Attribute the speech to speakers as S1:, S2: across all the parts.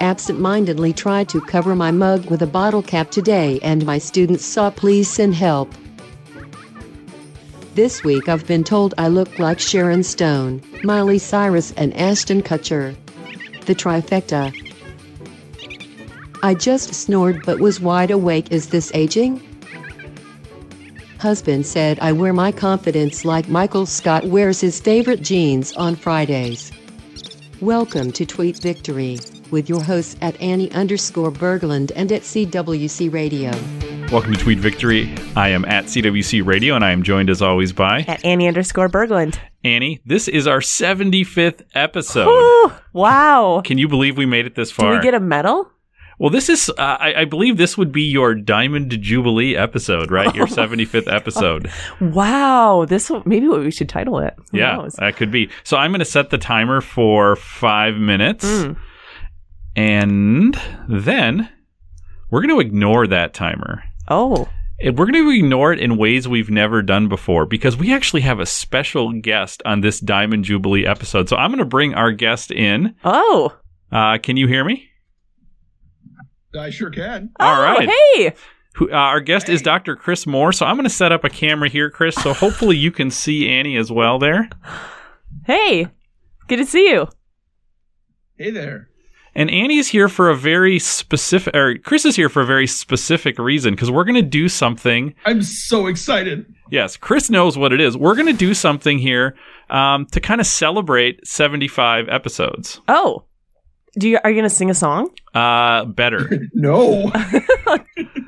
S1: Absent-mindedly tried to cover my mug with a bottle cap today and my students saw please send help. This week I've been told I look like Sharon Stone, Miley Cyrus and Ashton Kutcher. The trifecta. I just snored but was wide awake. Is this aging? Husband said I wear my confidence like Michael Scott wears his favorite jeans on Fridays. Welcome to Tweet Victory, with your hosts at Annie underscore Berglund and at CWC Radio.
S2: Welcome to Tweet Victory. I am at CWC Radio, and I am joined as always by
S3: at Annie underscore Berglund.
S2: Annie. This is our 75th episode.
S3: Whew, wow.
S2: Can you believe we made it this
S3: Did
S2: far?
S3: we get a medal?
S2: well, this is, uh, I, I believe this would be your Diamond Jubilee episode, right?
S3: Oh.
S2: Your 75th episode.
S3: Wow. This will- maybe what we should title it. Who
S2: yeah,
S3: knows?
S2: that could be. So I'm going to set the timer for five minutes.
S3: Mm.
S2: And then we're going to ignore that timer.
S3: Oh.
S2: And we're going to ignore it in ways we've never done before because we actually have a special guest on this Diamond Jubilee episode. So I'm going to bring our guest in.
S3: Oh.
S2: Uh, can you hear me?
S4: I sure can.
S2: All
S3: Oh,
S2: right.
S3: Hey.
S2: Who, uh, our guest is Dr. Chris Moore. So I'm going to set up a camera here, Chris. So hopefully you can see Annie as well there.
S3: Hey. Good to see you.
S4: Hey there.
S2: And Annie's here for a very specific, or Chris is here for a very specific reason because we're going to do something
S4: I'm so excited.
S2: Yes, Chris knows what it is. We're going to do something here um, to kind of celebrate 75 episodes.
S3: Oh. Do you are you gonna sing a song?
S2: Uh, better.
S4: No.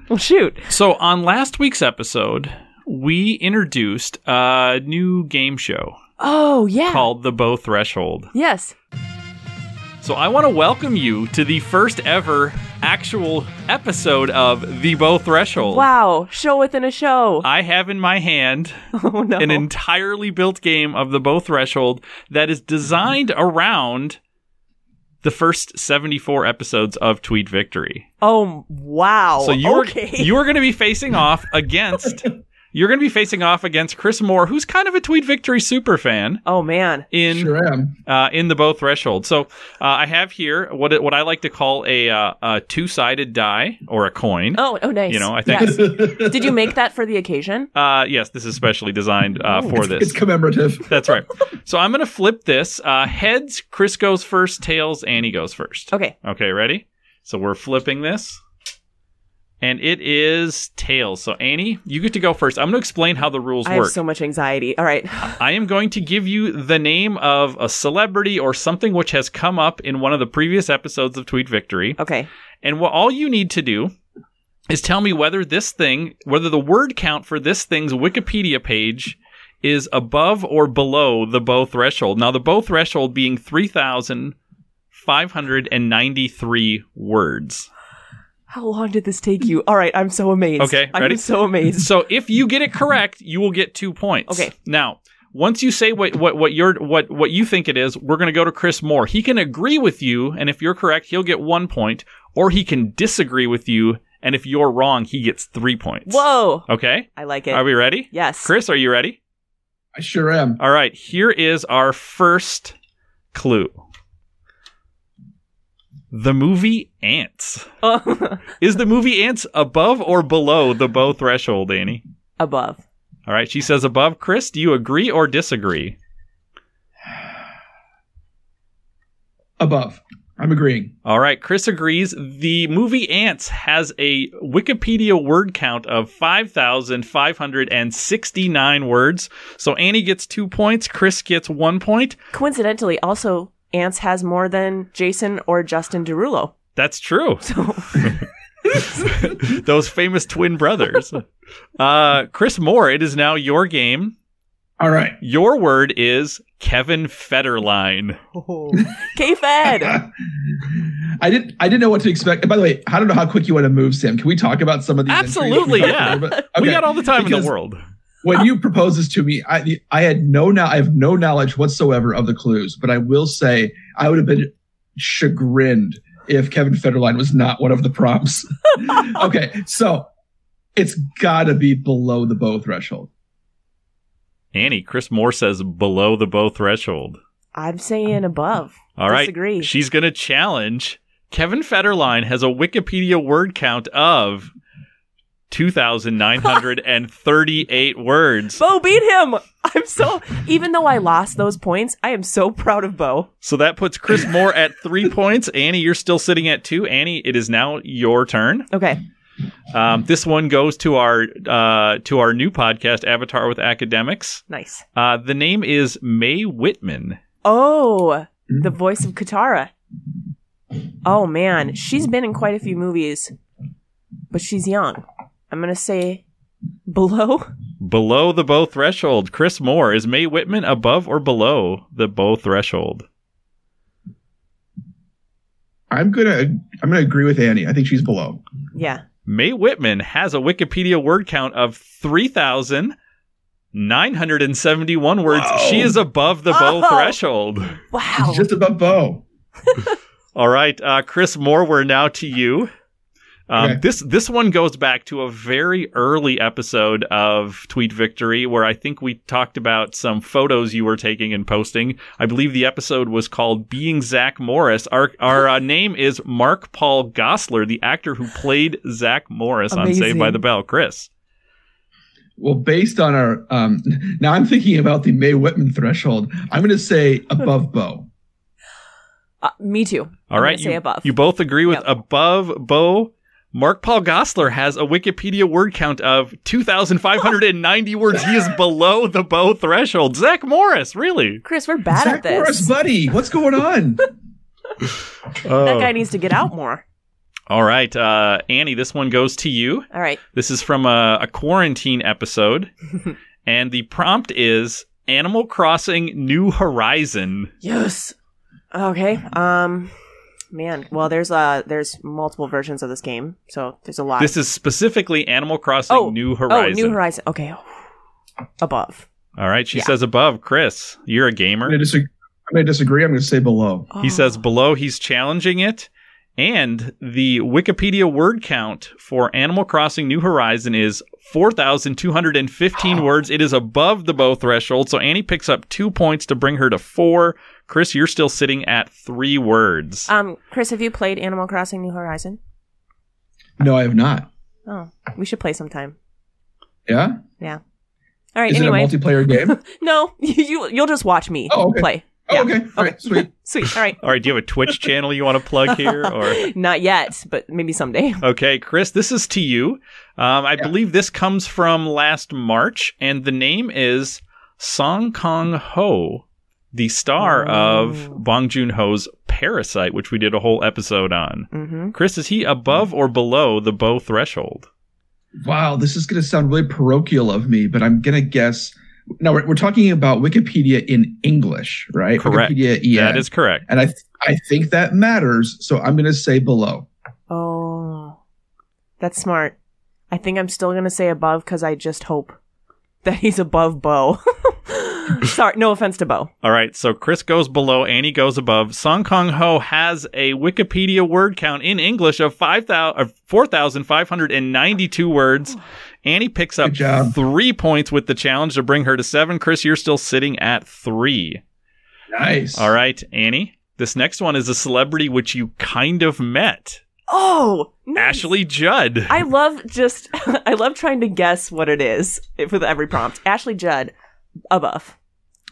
S3: Well, shoot.
S2: so, on last week's episode, we introduced a new game show
S3: Oh yeah.
S2: called The Bow Threshold.
S3: Yes.
S2: So, I want to welcome you to the first ever actual episode of The Bow Threshold.
S3: Wow. Show within a show.
S2: I have in my hand
S3: oh no.
S2: an entirely built game of the bow threshold that is designed around the first 74 episodes of Tweet Victory.
S3: oh wow.
S2: so you're
S3: okay.
S2: you're going to be facing off against you're going to be facing off against Chris Moore, who's kind of a Tweet Victory super fan
S3: oh man.
S2: in
S4: sure am.
S2: uh, in the bow threshold. So uh, I have here what it- what I like to call a, uh, a two-sided die or a coin.
S3: Oh oh nice.
S2: You know, I think-
S3: Yes. Did you make that for the occasion?
S2: Uh, yes, this is specially designed
S3: Oh,
S2: uh, for this.
S4: It's commemorative.
S2: That's right. So I'm going to flip this. Uh, heads, Chris goes first. Tails, Annie goes first.
S3: Okay.
S2: Okay, ready? So we're flipping this. And it is tails. So Annie, you get to go first. I'm going to explain how the rules
S3: I have
S2: work.
S3: so much anxiety. All right.
S2: I am going to give you the name of a celebrity or something which has come up in one of the previous episodes of Tweet Victory.
S3: Okay.
S2: And what all you need to do is tell me whether this thing, whether the word count for this thing's Wikipedia page is above or below the bow threshold. Now, the bow threshold being 3,593 words.
S3: How long did this take you? All right, I'm so amazed.
S2: Okay, ready?
S3: I'm so amazed.
S2: So if you get it correct, you will get two points.
S3: Okay.
S2: Now, once you say what what what your what what you think it is, we're going to go to Chris Moore. He can agree with you, and if you're correct, he'll get one point, or he can disagree with you, and if you're wrong, he gets three points.
S3: Whoa,
S2: Okay.
S3: I like it.
S2: Are we ready?
S3: yes,
S2: Chris, are you ready?
S4: I sure am.
S2: All right. Here is our first clue. The movie Ants.
S3: Oh,
S2: Is the movie Ants above or below the bow threshold, Annie?
S3: above.
S2: All right, she says above. Chris, do you agree or disagree?
S4: Above. I'm agreeing.
S2: All right, Chris agrees. The movie Ants has a Wikipedia word count of 5,569 words. So Annie gets two points, Chris gets one point.
S3: Coincidentally, also Ants has more than Jason or Justin Derulo.
S2: That's true.
S3: So
S2: Those famous twin brothers. Uh, Chris Moore, it is now your game.
S4: All right.
S2: Your word is Kevin Federline.
S3: K Fed.
S4: I didn't. I didn't know what to expect. And by the way, I don't know how quick you want to move, Sam. Can we talk about some of these? entries?
S2: Absolutely, yeah.
S4: Okay.
S2: We got all the time in
S4: Because-
S2: the world.
S4: when you proposed this to me, I I had no now I have no knowledge whatsoever of the clues, but I will say I would have been chagrined if Kevin Federline was not one of the prompts. okay, so it's gotta be below the bow threshold.
S2: Annie, Chris Moore says below the bow threshold.
S3: I'm saying above.
S2: All right.
S3: Disagree.
S2: She's going to challenge. Kevin Federline has a Wikipedia word count of 2,938 words.
S3: Bo beat him. I'm so even though I lost those points, I am so proud of Bo.
S2: So that puts Chris Moore at three points. Annie, you're still sitting at two. Annie, it is now your turn.
S3: Okay.
S2: Um, this one goes to our uh, to our new podcast, Avatar with Academics.
S3: Nice.
S2: Uh, the name is May Whitman.
S3: Oh,
S2: Mm.
S3: the voice of Katara. Oh man, she's been in quite a few movies, but she's young. I'm gonna say below.
S2: Below the bow threshold, Chris Moore is May Whitman above or below the bow threshold?
S4: I'm gonna I'm gonna agree with Annie. I think she's below.
S3: Yeah.
S2: May Whitman has a Wikipedia word count of 3,971 words.
S4: Wow.
S2: She is above the bow
S3: Oh.
S2: threshold.
S3: Wow.
S4: She's just above Bo.
S2: All right, uh, Chris Moore, we're now to you. Um,
S4: Okay.
S2: This this one goes back to a very early episode of Tweet Victory, where I think we talked about some photos you were taking and posting. I believe the episode was called "Being Zach Morris." Our our uh, name is Mark Paul Gossler, the actor who played Zach Morris on Saved
S3: Amazing.
S2: by the Bell. Chris,
S4: Well, based on our um, now, I'm thinking about the May Whitman threshold. I'm gonna say above Bo.
S3: Uh, me too.
S2: All right,
S3: I'm gonna say
S2: you,
S3: above.
S2: you both agree with
S3: Yep.
S2: above Bo. Mark Paul Gossler has a Wikipedia word count of 2,590 words. He is below the Bo threshold. Zach Morris, really?
S3: Chris, we're bad
S4: Zach
S3: at this.
S4: Morris, buddy, what's going on?
S3: That guy needs to get out more.
S2: All right, uh, Annie, this one goes to you.
S3: All right.
S2: This is from a, a quarantine episode, and the prompt is Animal Crossing New Horizon.
S3: Yes. Okay. Um man, well there's uh there's multiple versions of this game, so there's a lot.
S2: This is specifically Animal Crossing
S3: Oh,
S2: New
S3: oh,
S2: Horizon.
S3: New Horizon. Okay. Above.
S2: All right, she
S3: Yeah.
S2: says above. Chris, you're a gamer.
S4: I'm gonna disagree. I'm gonna disagree. I'm gonna say below.
S3: Oh.
S2: He says below he's challenging it. And the Wikipedia word count for Animal Crossing New Horizon is 4,215 words. It is above the bow threshold. So Annie picks up two points to bring her to four. Chris, you're still sitting at three words.
S3: Um Chris, have you played Animal Crossing New Horizon?
S4: No, I have not.
S3: Oh, we should play sometime.
S4: Yeah,
S3: All right,
S4: is
S3: anyway.
S4: it a multiplayer game?
S3: no, you you'll just watch me
S4: Oh, okay.
S3: play.
S4: Oh,
S3: Yeah.
S4: okay. All right, sweet.
S3: Sweet. All right.
S2: All right, do you have a Twitch channel you want to plug here? Or
S3: Not yet, but maybe someday.
S2: Okay, Chris, this is to you. Um, I believe this comes from last March, and the name is Song Kong Ho, the star
S3: Oh.
S2: of Bong Joon Ho's Parasite, which we did a whole episode on.
S3: Mm-hmm.
S2: Chris, is he above or below the bow threshold?
S4: Wow, this is gonna sound really parochial of me, but I'm gonna guess. No, we're, we're talking about Wikipedia in English, right?
S2: Correct.
S4: Wikipedia EN.
S2: That is correct.
S4: and I th- I think that matters. So I'm gonna say below.
S3: Oh, that's smart. I think I'm still gonna say above because I just hope that he's above Bo. Sorry, no offense to Bo.
S2: All right, so Chris goes below, Annie goes above. Song Kong Ho has a Wikipedia word count in English of 5,000 of 4,592 words. Annie picks up
S4: Good job.
S2: three points with the challenge to bring her to seven. Chris, you're still sitting at three.
S4: Nice.
S2: All right, Annie, this next one is a celebrity which you kind of met
S3: Oh, nice.
S2: Ashley Judd.
S3: I love just I love trying to guess what it is with every prompt. Ashley Judd, above.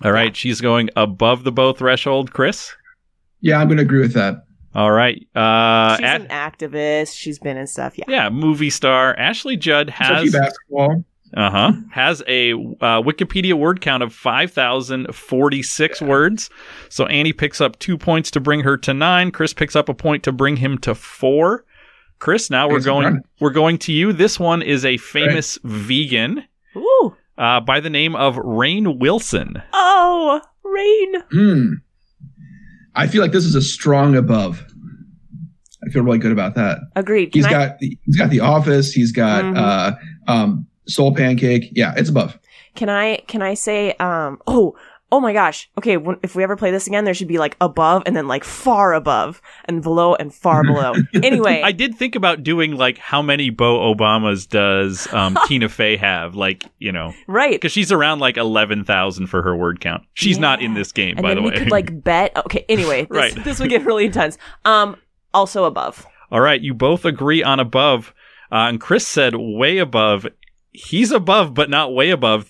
S2: All right, she's going above the bow threshold, Chris.
S4: Yeah, I'm gonna agree with that.
S2: All right. Uh,
S3: She's
S2: at-
S3: an activist. She's been in stuff. Yeah.
S2: yeah, movie star Ashley Judd
S4: Kentucky
S2: has
S4: basketball.
S2: Uh huh. Has a uh, Wikipedia word count of 5,046 words. So Annie picks up two points to bring her to nine. Chris picks up a point to bring him to four. Chris, now we're
S4: Here's a
S2: going.
S4: run.
S2: We're going to you. This one is a famous vegan
S3: Ooh.
S2: uh, by the name of Rain Wilson.
S3: Oh, rain.
S4: Hmm. I feel like this is a strong above. I feel really good about that.
S3: Agreed. Can
S4: He's
S3: I-
S4: got the, he's got the office. He's got
S3: Mhm.
S4: uh, um, soul pancake. Yeah, it's above.
S3: Can I can I say um oh oh my gosh, okay, when, if we ever play this again, there should be like above and then like far above and below and far below. Anyway,
S2: I did think about doing like how many Bo Obamas does um, Tina Fey have? Like you know,
S3: right.
S2: because she's around like eleven thousand for her word count. She's not in this game,
S3: And
S2: by
S3: then
S2: the
S3: we
S2: way.
S3: could like bet. Okay, anyway, this,
S2: Right.
S3: this would get really intense. Um, also above.
S2: All right, you both agree on above. Uh, and Chris said way above. He's above, but not way above,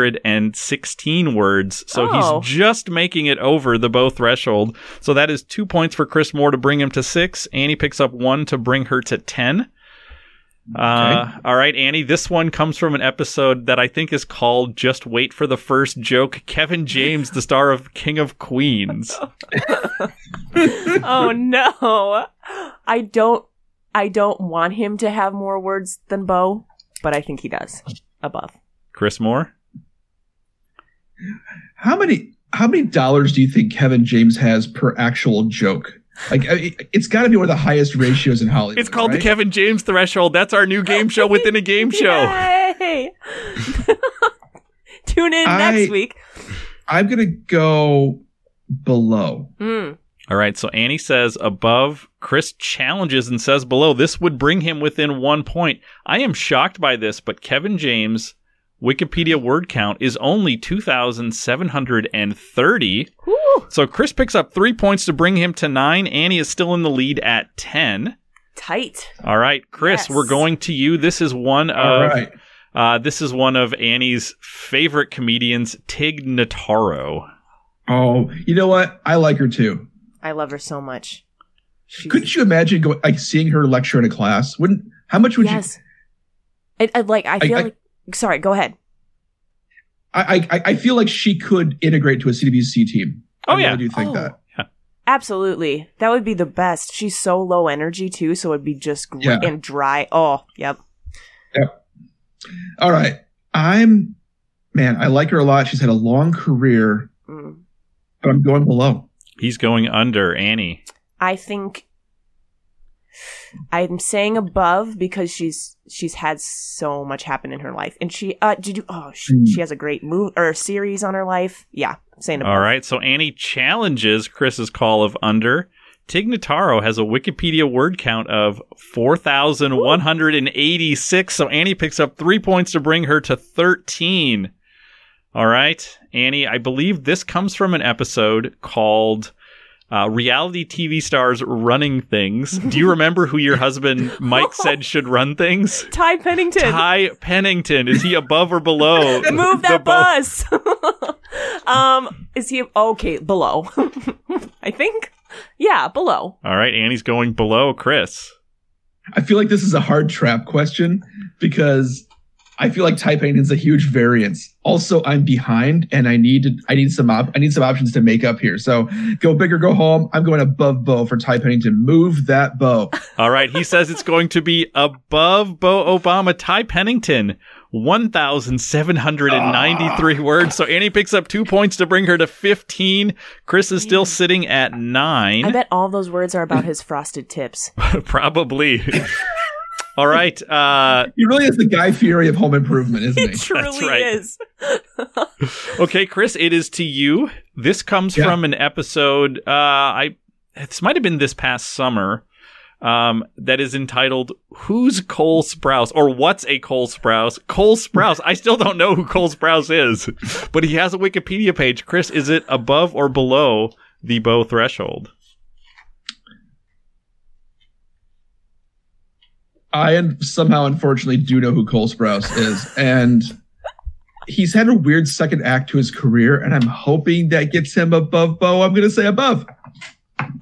S2: 3,716 words. So
S3: Oh.
S2: he's just making it over the bow threshold. So that is two points for Chris Moore to bring him to six. Annie picks up one to bring her to 10. Uh, all right, Annie, this one comes from an episode that I think is called Just Wait for the First Joke. Kevin James, the star of King of Queens.
S3: oh no, I don't. I don't want him to have more words than Bo, but I think he does. Above.
S2: Chris Moore?
S4: How many how many dollars do you think Kevin James has per actual joke? Like I- it- it's got to be one of the highest ratios in Hollywood.
S2: It's called
S4: right?
S2: the Kevin James Threshold. That's our new game show within a game show.
S3: Yay! Tune in
S4: I-
S3: next week.
S4: I'm gonna go below.
S3: Mm.
S2: All right, so Annie says above, Chris challenges and says below. This would bring him within one point. I am shocked by this, but Kevin James' Wikipedia word count is only 2,730.
S3: Whew.
S2: So Chris picks up three points to bring him to nine. Annie is still in the lead at 10.
S3: Tight.
S2: All right, Chris,
S3: Yes.
S2: we're going to you. This is one of.
S4: All right,
S2: Uh, this is one of Annie's favorite comedians, Tig Notaro.
S4: Oh, you know what? I like her too.
S3: I love her so much. She's-
S4: Couldn't you imagine going like seeing her lecture in a class? Wouldn't how much would you?
S3: yes. I, I like. I feel
S4: I-
S3: like. Sorry. Go ahead.
S4: I, I I feel like she could integrate to a CWC team.
S2: Oh,
S4: I
S2: yeah.
S4: really do think
S3: Oh.
S4: that.
S3: Absolutely. That would be the best. She's so low energy too, so it'd be just great
S4: Yeah.
S3: and dry. Oh, yep.
S4: All right, I'm man. I like her a lot. She's had a long career,
S3: Mm.
S4: but I'm going below.
S2: He's going under Annie.
S3: I think I'm saying above because she's she's had so much happen in her life, and she uh did you oh she,
S2: Hmm.
S4: Mm.
S3: she has a great move or series on her life. Yeah, I'm saying above.
S2: All right, so Annie challenges Chris's call of under. Tig Notaro has a Wikipedia word count of 4,186. So Annie picks up three points to bring her to 13. All right, Annie, I believe this comes from an episode called uh, Reality TV Stars Running Things. Do you remember who your husband, Mike, said should run things?
S3: Ty Pennington.
S2: Ty Pennington. Is he above or below?
S3: Move
S2: the
S3: that
S2: bo-
S3: bus. um, is he okay below? I think, yeah, below.
S2: All right, Annie's going below Chris.
S4: I feel like this is a hard trap question because I feel like typing is a huge variance. Also, I'm behind and I need to, I need some op- I need some options to make up here. So go big or go home. I'm going above bow for Ty Pennington. Move that bow.
S2: All right, he says it's going to be above Bo Obama. Ty Pennington, 1,793 words. So Annie picks up two points to bring her to 15. Chris is still sitting at nine.
S3: I bet all those words are about his frosted tips.
S2: Probably. All right. Uh,
S4: He really is the Guy Fury of home improvement, isn't
S3: It
S4: he?
S3: truly
S2: right.
S3: is.
S2: okay, Chris, it is to you. This comes
S4: Yeah.
S2: from an episode. Uh, I this might have been this past summer. Um, that is entitled "Who's Cole Sprouse?" or "What's a Cole Sprouse?" Cole Sprouse. I still don't know who Cole Sprouse is, but he has a Wikipedia page. Chris, is it above or below the bow threshold?
S4: I un- somehow, unfortunately, do know who Cole Sprouse is, and he's had a weird second act to his career. And I'm hoping that gets him above bow. I'm going to say above.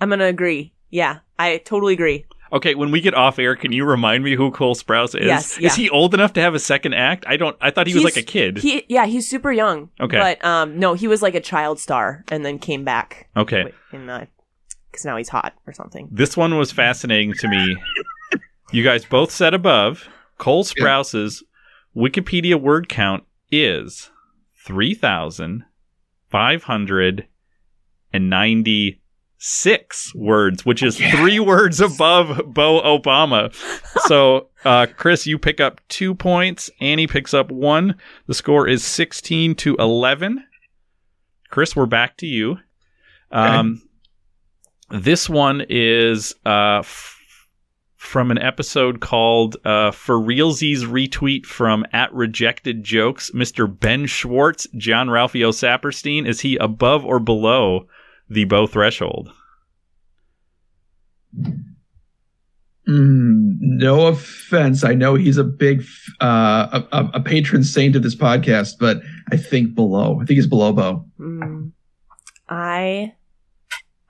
S3: I'm gonna agree. Yeah, I totally agree.
S2: Okay, when we get off air, can you remind me who Cole Sprouse is?
S3: Yes, yeah.
S2: Is he old enough to have a second act? I don't. I thought he was
S3: He's-
S2: like a kid.
S3: He, yeah, he's super young.
S2: Okay.
S3: but um, no, he was like a child star and then came back
S2: okay.
S3: in the because now he's hot or something.
S2: This one was fascinating to me. you guys both said above Cole Sprouse's Wikipedia word count is 3,596 words, which is three words above Bo Obama. so, uh, Chris, you pick up two points. Annie picks up one. The score is 16 to 11. Chris, we're back to you. Um, This one is uh, f- from an episode called uh, For Realsies Retweet from at Rejected Jokes. Mr. Ben Schwartz, John Ralphio Saperstein, is he above or below the bow threshold?
S4: Mm, no offense. I know he's a big, f- uh, a, a- a patron saint of this podcast, but I think below. I think he's below Bo.
S3: Mm. I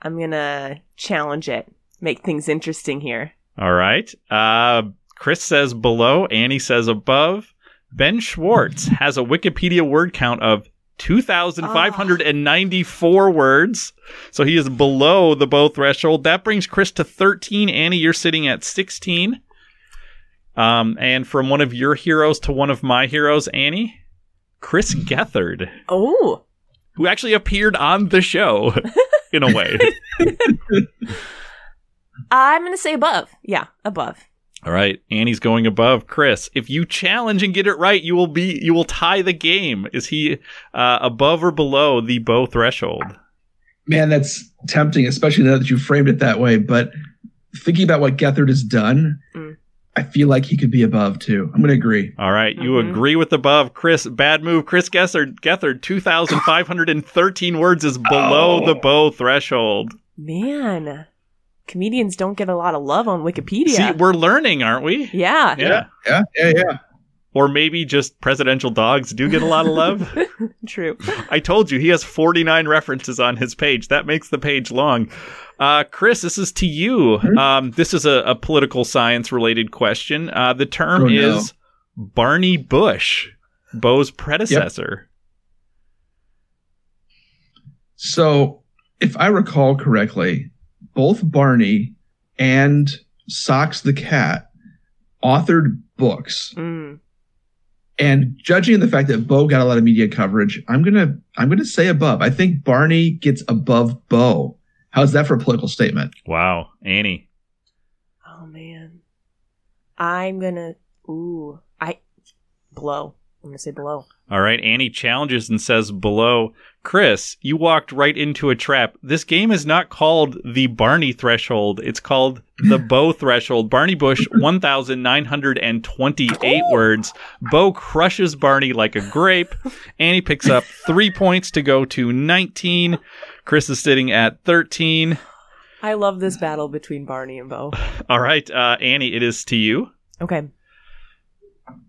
S3: I'm gonna challenge it. Make things interesting here.
S2: All right. Uh, Chris says below. Annie says above. Ben Schwartz has a Wikipedia word count of 2,594 words. So he is below the bow threshold. That brings Chris to 13. Annie, you're sitting at 16. Um, and from one of your heroes to one of my heroes, Annie, Chris Gethard,
S3: Oh,
S2: who actually appeared on the show in a way.
S3: I'm gonna say above. Yeah, above.
S2: All right, Annie's going above Chris. If you challenge and get it right, you will be you will tie the game. Is he uh, above or below the bow threshold?
S4: Man, that's tempting, especially now that you framed it that way. But thinking about what Gethard has done,
S3: Mm.
S4: I feel like he could be above too. I'm going to agree.
S2: All right, you
S3: Mhm.
S2: agree with above Chris. Bad move, Chris Gethard. Gethard, two thousand five hundred and thirteen words is below
S4: Oh.
S2: the bow threshold.
S3: Man, comedians don't get a lot of love on Wikipedia.
S2: See, we're learning, aren't we?
S3: yeah.
S4: Yeah, yeah, yeah.
S2: Or maybe just presidential dogs do get a lot of love.
S3: True.
S2: I told you he has 49 references on his page. That makes the page long. Uh, Chris, this is to you.
S4: Mm-hmm.
S2: Um, this is a, a political science related question. Uh, the term
S4: Oh, no.
S2: is Barney Bush, Bo's predecessor.
S4: So, if I recall correctly, both Barney and Socks the Cat authored books.
S3: Mm.
S4: And judging the fact that Bo got a lot of media coverage, I'm gonna I'm gonna say above. I think Barney gets above Bo. How's that for a political statement?
S2: Wow, Annie.
S3: Oh man, I'm gonna. Ooh, I blow. I'm gonna say blow.
S2: All right, Annie challenges and says below, Chris, you walked right into a trap. This game is not called the Barney threshold. It's called the Bo threshold. Barney Bush, 1,928 words. Bo crushes Barney like a grape. Annie picks up three points to go to 19. Chris is sitting at 13.
S3: I love this battle between Barney and Bo.
S2: All right, uh, Annie, it is to you.
S3: Okay.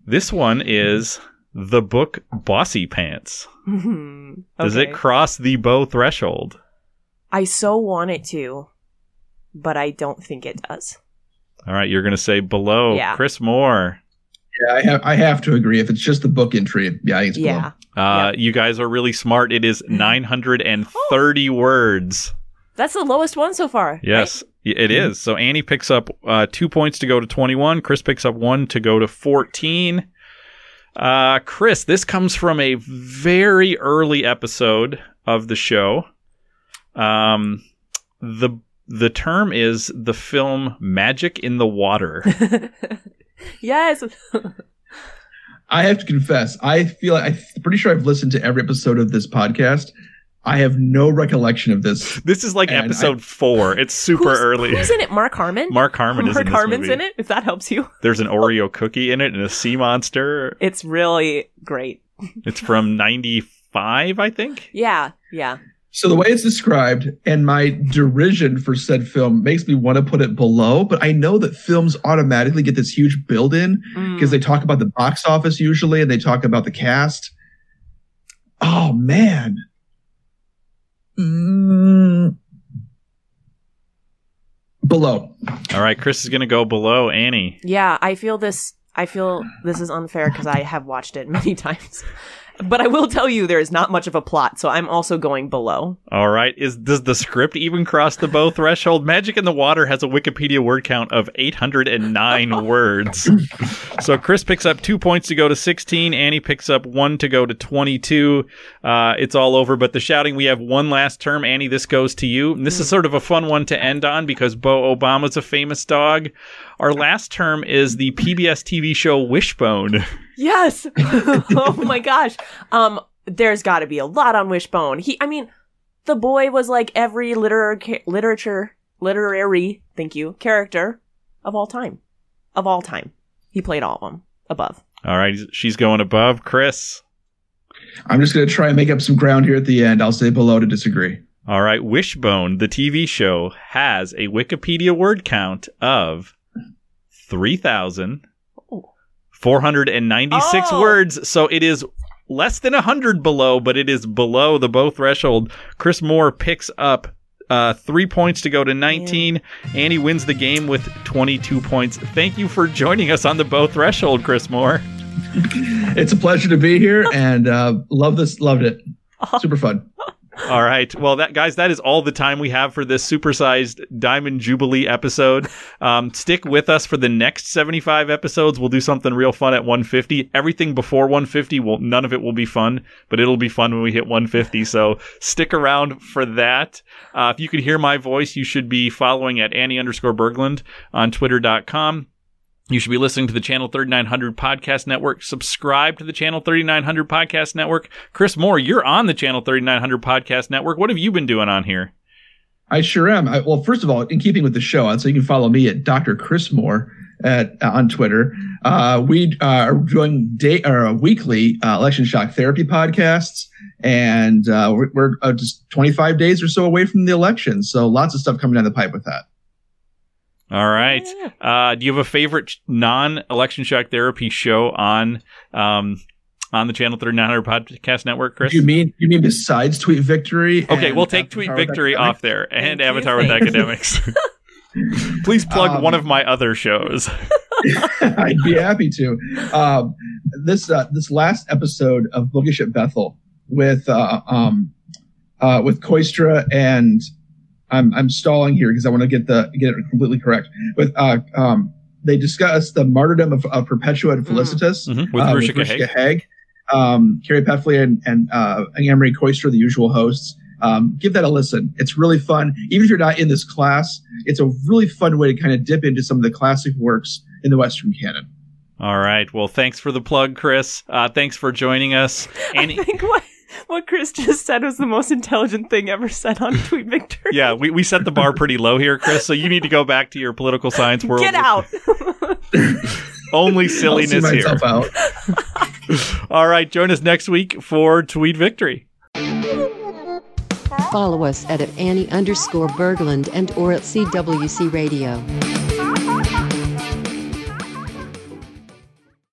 S2: This one is the book Bossy Pants.
S3: Mhm.
S2: Does
S3: Okay.
S2: it cross the Bo threshold?
S3: I so want it to, but I don't think it does.
S2: All right, you're going to say below
S3: Yeah.
S2: Chris Moore.
S4: Yeah, I have I have to agree. If it's just the book entry, yeah, I think it's
S3: Yeah.
S2: Uh, You guys are really smart. It
S3: Mm-hmm.
S2: is 930
S3: Oh.
S2: words.
S3: That's the lowest one so far.
S2: Yes, y- it
S3: Mm-hmm.
S2: is. So Annie picks up uh, two points to go to 21. Chris picks up one to go to 14. Uh, Chris, this comes from a very early episode of the show. Um, the the term is the film Magic in the Water.
S3: yes.
S4: below. I have to confess, I feel I'm pretty sure I've listened to every episode of this podcast. I have no recollection of this.
S2: this is like
S4: And I-
S2: episode four. It's super
S3: Who's-
S2: early.
S3: Who's in it? Mark Harmon?
S2: Mark Harmon is in this
S3: Harmon's
S2: movie.
S3: in it, if that helps you.
S2: There's an Oreo cookie in it and a sea monster.
S3: It's really great.
S2: It's from 95, I think.
S3: Yeah. Yeah.
S4: So the way it's described and my derision for said film makes me want to put it below, but I know that films automatically get this huge build in
S3: Mm.
S4: because they talk about the box office usually and they talk about the cast. Oh man. Mm. Below.
S2: All right, Chris is going to go below Annie.
S3: Yeah, I feel this. I feel this is unfair because I have watched it many times. But I will tell you, there is not much of a plot, so I'm also going below.
S2: All right, is does the script even cross the bow threshold? Magic in the Water has a Wikipedia word count of 809 words. So Chris picks up 2 points to go to 16, Annie picks up 1 to go to 22. Uh, it's all over but the shouting we have one last term Annie this goes to you. And this is sort of a fun one to end on because Bo Obama's a famous dog. Our last term is the PBS TV show Wishbone.
S3: Yes. oh my gosh. Um, there's got to be a lot on Wishbone. He, I mean, the boy was like every literar- ca- literature, literary, thank you, character of all time, of all time. He played all of them above.
S2: All right, she's going above Chris.
S4: I'm just going to try and make up some ground here at the end. I'll say below to disagree.
S2: All right, Wishbone, the TV show, has a Wikipedia word count of 3,496
S3: Oh.
S2: words. So it is less than 100 below, but it is below the bow threshold. Chris Moore picks up uh, three points to go to 19. Annie wins the game with 22 points. Thank you for joining us on the bow threshold, Chris Moore.
S4: It's a pleasure to be here and uh, love this. Loved it. Super fun.
S2: All right. Well, that guys, that is all the time we have for this supersized Diamond Jubilee episode. Um, stick with us for the next 75 episodes. We'll do something real fun at 150. Everything before 150 will none of it will be fun, but it'll be fun when we hit 150. So stick around for that. Uh, if you could hear my voice, you should be following at Annie underscore Berglund on Twitter.com. You should be listening to the Channel 3900 Podcast Network. Subscribe to the Channel 3900 Podcast Network. Chris Moore, you're on the Channel 3900 Podcast Network. What have you been doing on here?
S4: I sure am. I, well, first of all, in keeping with the show, I'd say you can follow me at Dr. Chris Moore at on Twitter. Uh, we uh, are doing day or uh, weekly uh, election shock therapy podcasts, and uh, we're, we're uh, just 25 days or so away from the election, so lots of stuff coming down the pipe with that.
S2: All right. Uh, do you have a favorite non-election shock therapy show on um, on the Channel 3900 Podcast Network, Chris?
S4: You mean you mean besides Tweet Victory?
S2: okay,
S4: and
S2: we'll take
S4: Dr.
S2: Tweet
S4: Power
S2: Victory
S4: Dynamic?
S2: off there and
S3: Thank you,
S2: Avatar with
S3: thank you.
S2: Academics. Please plug
S4: Um,
S2: one of my other shows.
S4: I'd be happy to. Um, this uh, this last episode of Bookish at Bethel with uh, um, uh, with Koistra and I'm I'm stalling here because I want to get the get it completely correct. With uh, um, they discuss the martyrdom of, of Perpetua and Felicitas
S2: Mhm, with
S4: uh,
S2: Rushika Haig.
S4: Haig, um, Carrie Peffley, and and uh, Amory Koister, the usual hosts. Um, give that a listen. It's really fun. Even if you're not in this class, it's a really fun way to kind of dip into some of the classic works in the Western canon.
S2: All right. Well, thanks for the plug, Chris. Uh, thanks for joining us. Annie-
S3: I think what what Chris just said was the most intelligent thing ever said on Tweet Victor.
S2: yeah, we, we set the bar pretty low here, Chris. So you need to go back to your political science world.
S3: Get out.
S2: Only
S4: I'll see
S2: silliness here.
S4: myself out.
S2: All right, join us next week for Tweet Victory.
S1: Follow us at, at Annie underscore Berglund and or at CWC Radio.